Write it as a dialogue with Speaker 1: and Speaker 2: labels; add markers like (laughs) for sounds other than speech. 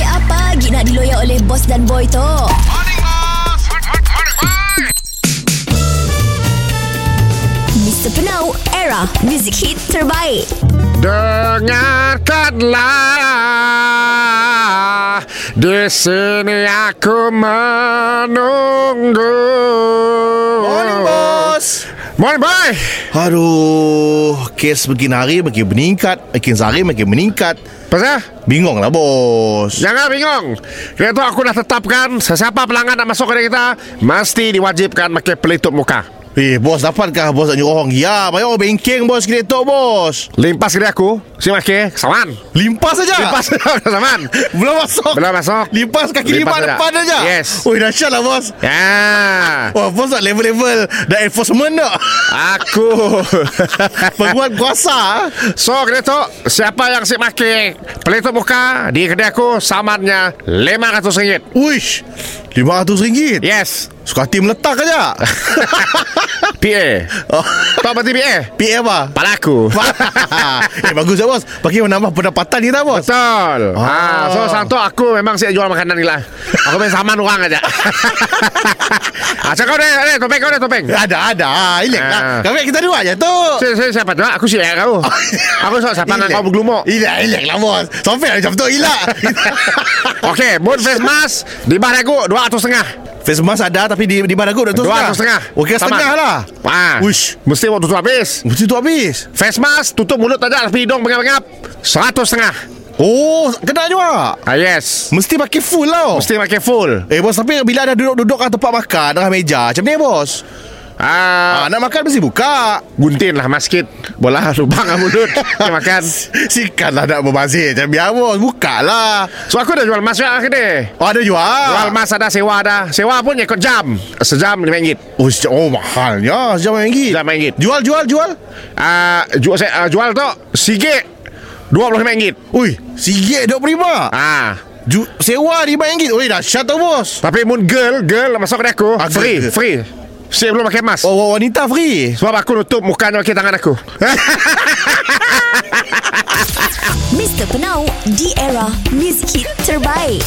Speaker 1: lagi nak diloyak oleh bos dan boy tu? Mr. Penau, era music hit terbaik.
Speaker 2: Dengarkanlah Di sini aku menunggu
Speaker 3: Morning, bos.
Speaker 2: Morning boy
Speaker 3: Aduh, kes makin hari makin meningkat, makin sehari makin meningkat.
Speaker 2: Pasal?
Speaker 3: Bingung lah, bos.
Speaker 2: Jangan bingung Kerana tu aku dah tetapkan Sesiapa pelanggan nak masuk kedai kita Mesti diwajibkan pakai pelitup muka
Speaker 3: Eh, bos dapatkah bos nak nyuruh orang? Ya, banyak orang bengking, bos, kena tu, bos.
Speaker 2: Limpas kedai aku Si pakai Saman
Speaker 3: Limpas saja.
Speaker 2: Limpas Saman
Speaker 3: Belum masuk.
Speaker 2: Belum masuk.
Speaker 3: Limpas kaki
Speaker 2: Limpas
Speaker 3: lima
Speaker 2: saja.
Speaker 3: depan saja.
Speaker 2: Yes.
Speaker 3: Oi, dahsyat lah, bos.
Speaker 2: Ya
Speaker 3: Wah, bos nak level-level dah (laughs) enforcement tak?
Speaker 2: Aku
Speaker 3: Penguat kuasa.
Speaker 2: So kena tu Siapa yang si maki Pelitup muka Di kedai aku Samannya RM500
Speaker 3: Uish, RM500.
Speaker 2: Yes
Speaker 3: Suka hati meletak
Speaker 2: (laughs)
Speaker 3: aja.
Speaker 2: PA (laughs)
Speaker 3: oh,
Speaker 2: Kau berarti PA
Speaker 3: PM ah.
Speaker 2: Kepala aku
Speaker 3: (laughs) eh bagus lah bos Bagi menambah pendapatan kita bos
Speaker 2: Betul ah.
Speaker 3: Ah.
Speaker 2: So sekarang tu aku memang siap jual makanan ni lah Aku main saman orang aja (laughs) ah, Cakap deh, deh topeng kau deh topeng
Speaker 3: Ada ada Ilek lah
Speaker 2: Ah.
Speaker 3: Kami kita dua je tu
Speaker 2: Saya saya siapa tu? Aku siap
Speaker 3: Oh.
Speaker 2: kau Aku sok siapa nak
Speaker 3: Ilek.
Speaker 2: kau bergelumuk
Speaker 3: Ilek ilek lah bos Sampai lah macam tu ilek
Speaker 2: (laughs) Okey, mood face mask Di bahan aku RM200.5
Speaker 3: Face mask ada Tapi di, di badan aku Dua
Speaker 2: RM200.5
Speaker 3: Okey
Speaker 2: Saman.
Speaker 3: setengah lah
Speaker 2: ah.
Speaker 3: Uish
Speaker 2: Mesti waktu tu habis
Speaker 3: Mesti tu habis
Speaker 2: Face mask Tutup mulut tak ada Tapi hidung bengap-bengap RM100.5
Speaker 3: Oh Kena juga
Speaker 2: Ah yes
Speaker 3: Mesti pakai full lah
Speaker 2: Mesti pakai full
Speaker 3: Eh bos tapi bila ada duduk-duduk kat tempat makan Tengah meja Macam ni bos
Speaker 2: Ah,
Speaker 3: ah, Nak makan mesti buka (laughs)
Speaker 2: Gunting lah maskit Bola (laughs) lubang lah mulut Kita makan
Speaker 3: Sikatlah lah nak berbazir Macam biar bos Buka lah
Speaker 2: So aku dah jual mas juga ke dia
Speaker 3: Oh ada jual
Speaker 2: Jual mas ada sewa ada Sewa pun ikut jam Sejam RM5
Speaker 3: Oh, sejam, oh mahalnya Sejam RM5
Speaker 2: Sejam RM5
Speaker 3: Jual jual jual
Speaker 2: Ah, jual, saya, ah, jual tu Sikit RM25
Speaker 3: Ui Sigit RM25
Speaker 2: Ah,
Speaker 3: Ju, Sewa RM5 Ui dahsyat tau bos
Speaker 2: Tapi mun girl Girl masuk kedai aku
Speaker 3: Ah,
Speaker 2: Free
Speaker 3: girl.
Speaker 2: Free Saya belum pakai mask
Speaker 3: Oh wa- wanita free
Speaker 2: Sebab aku nutup mukanya pakai tangan aku
Speaker 1: Mr. Penau, di era music hit terbaik.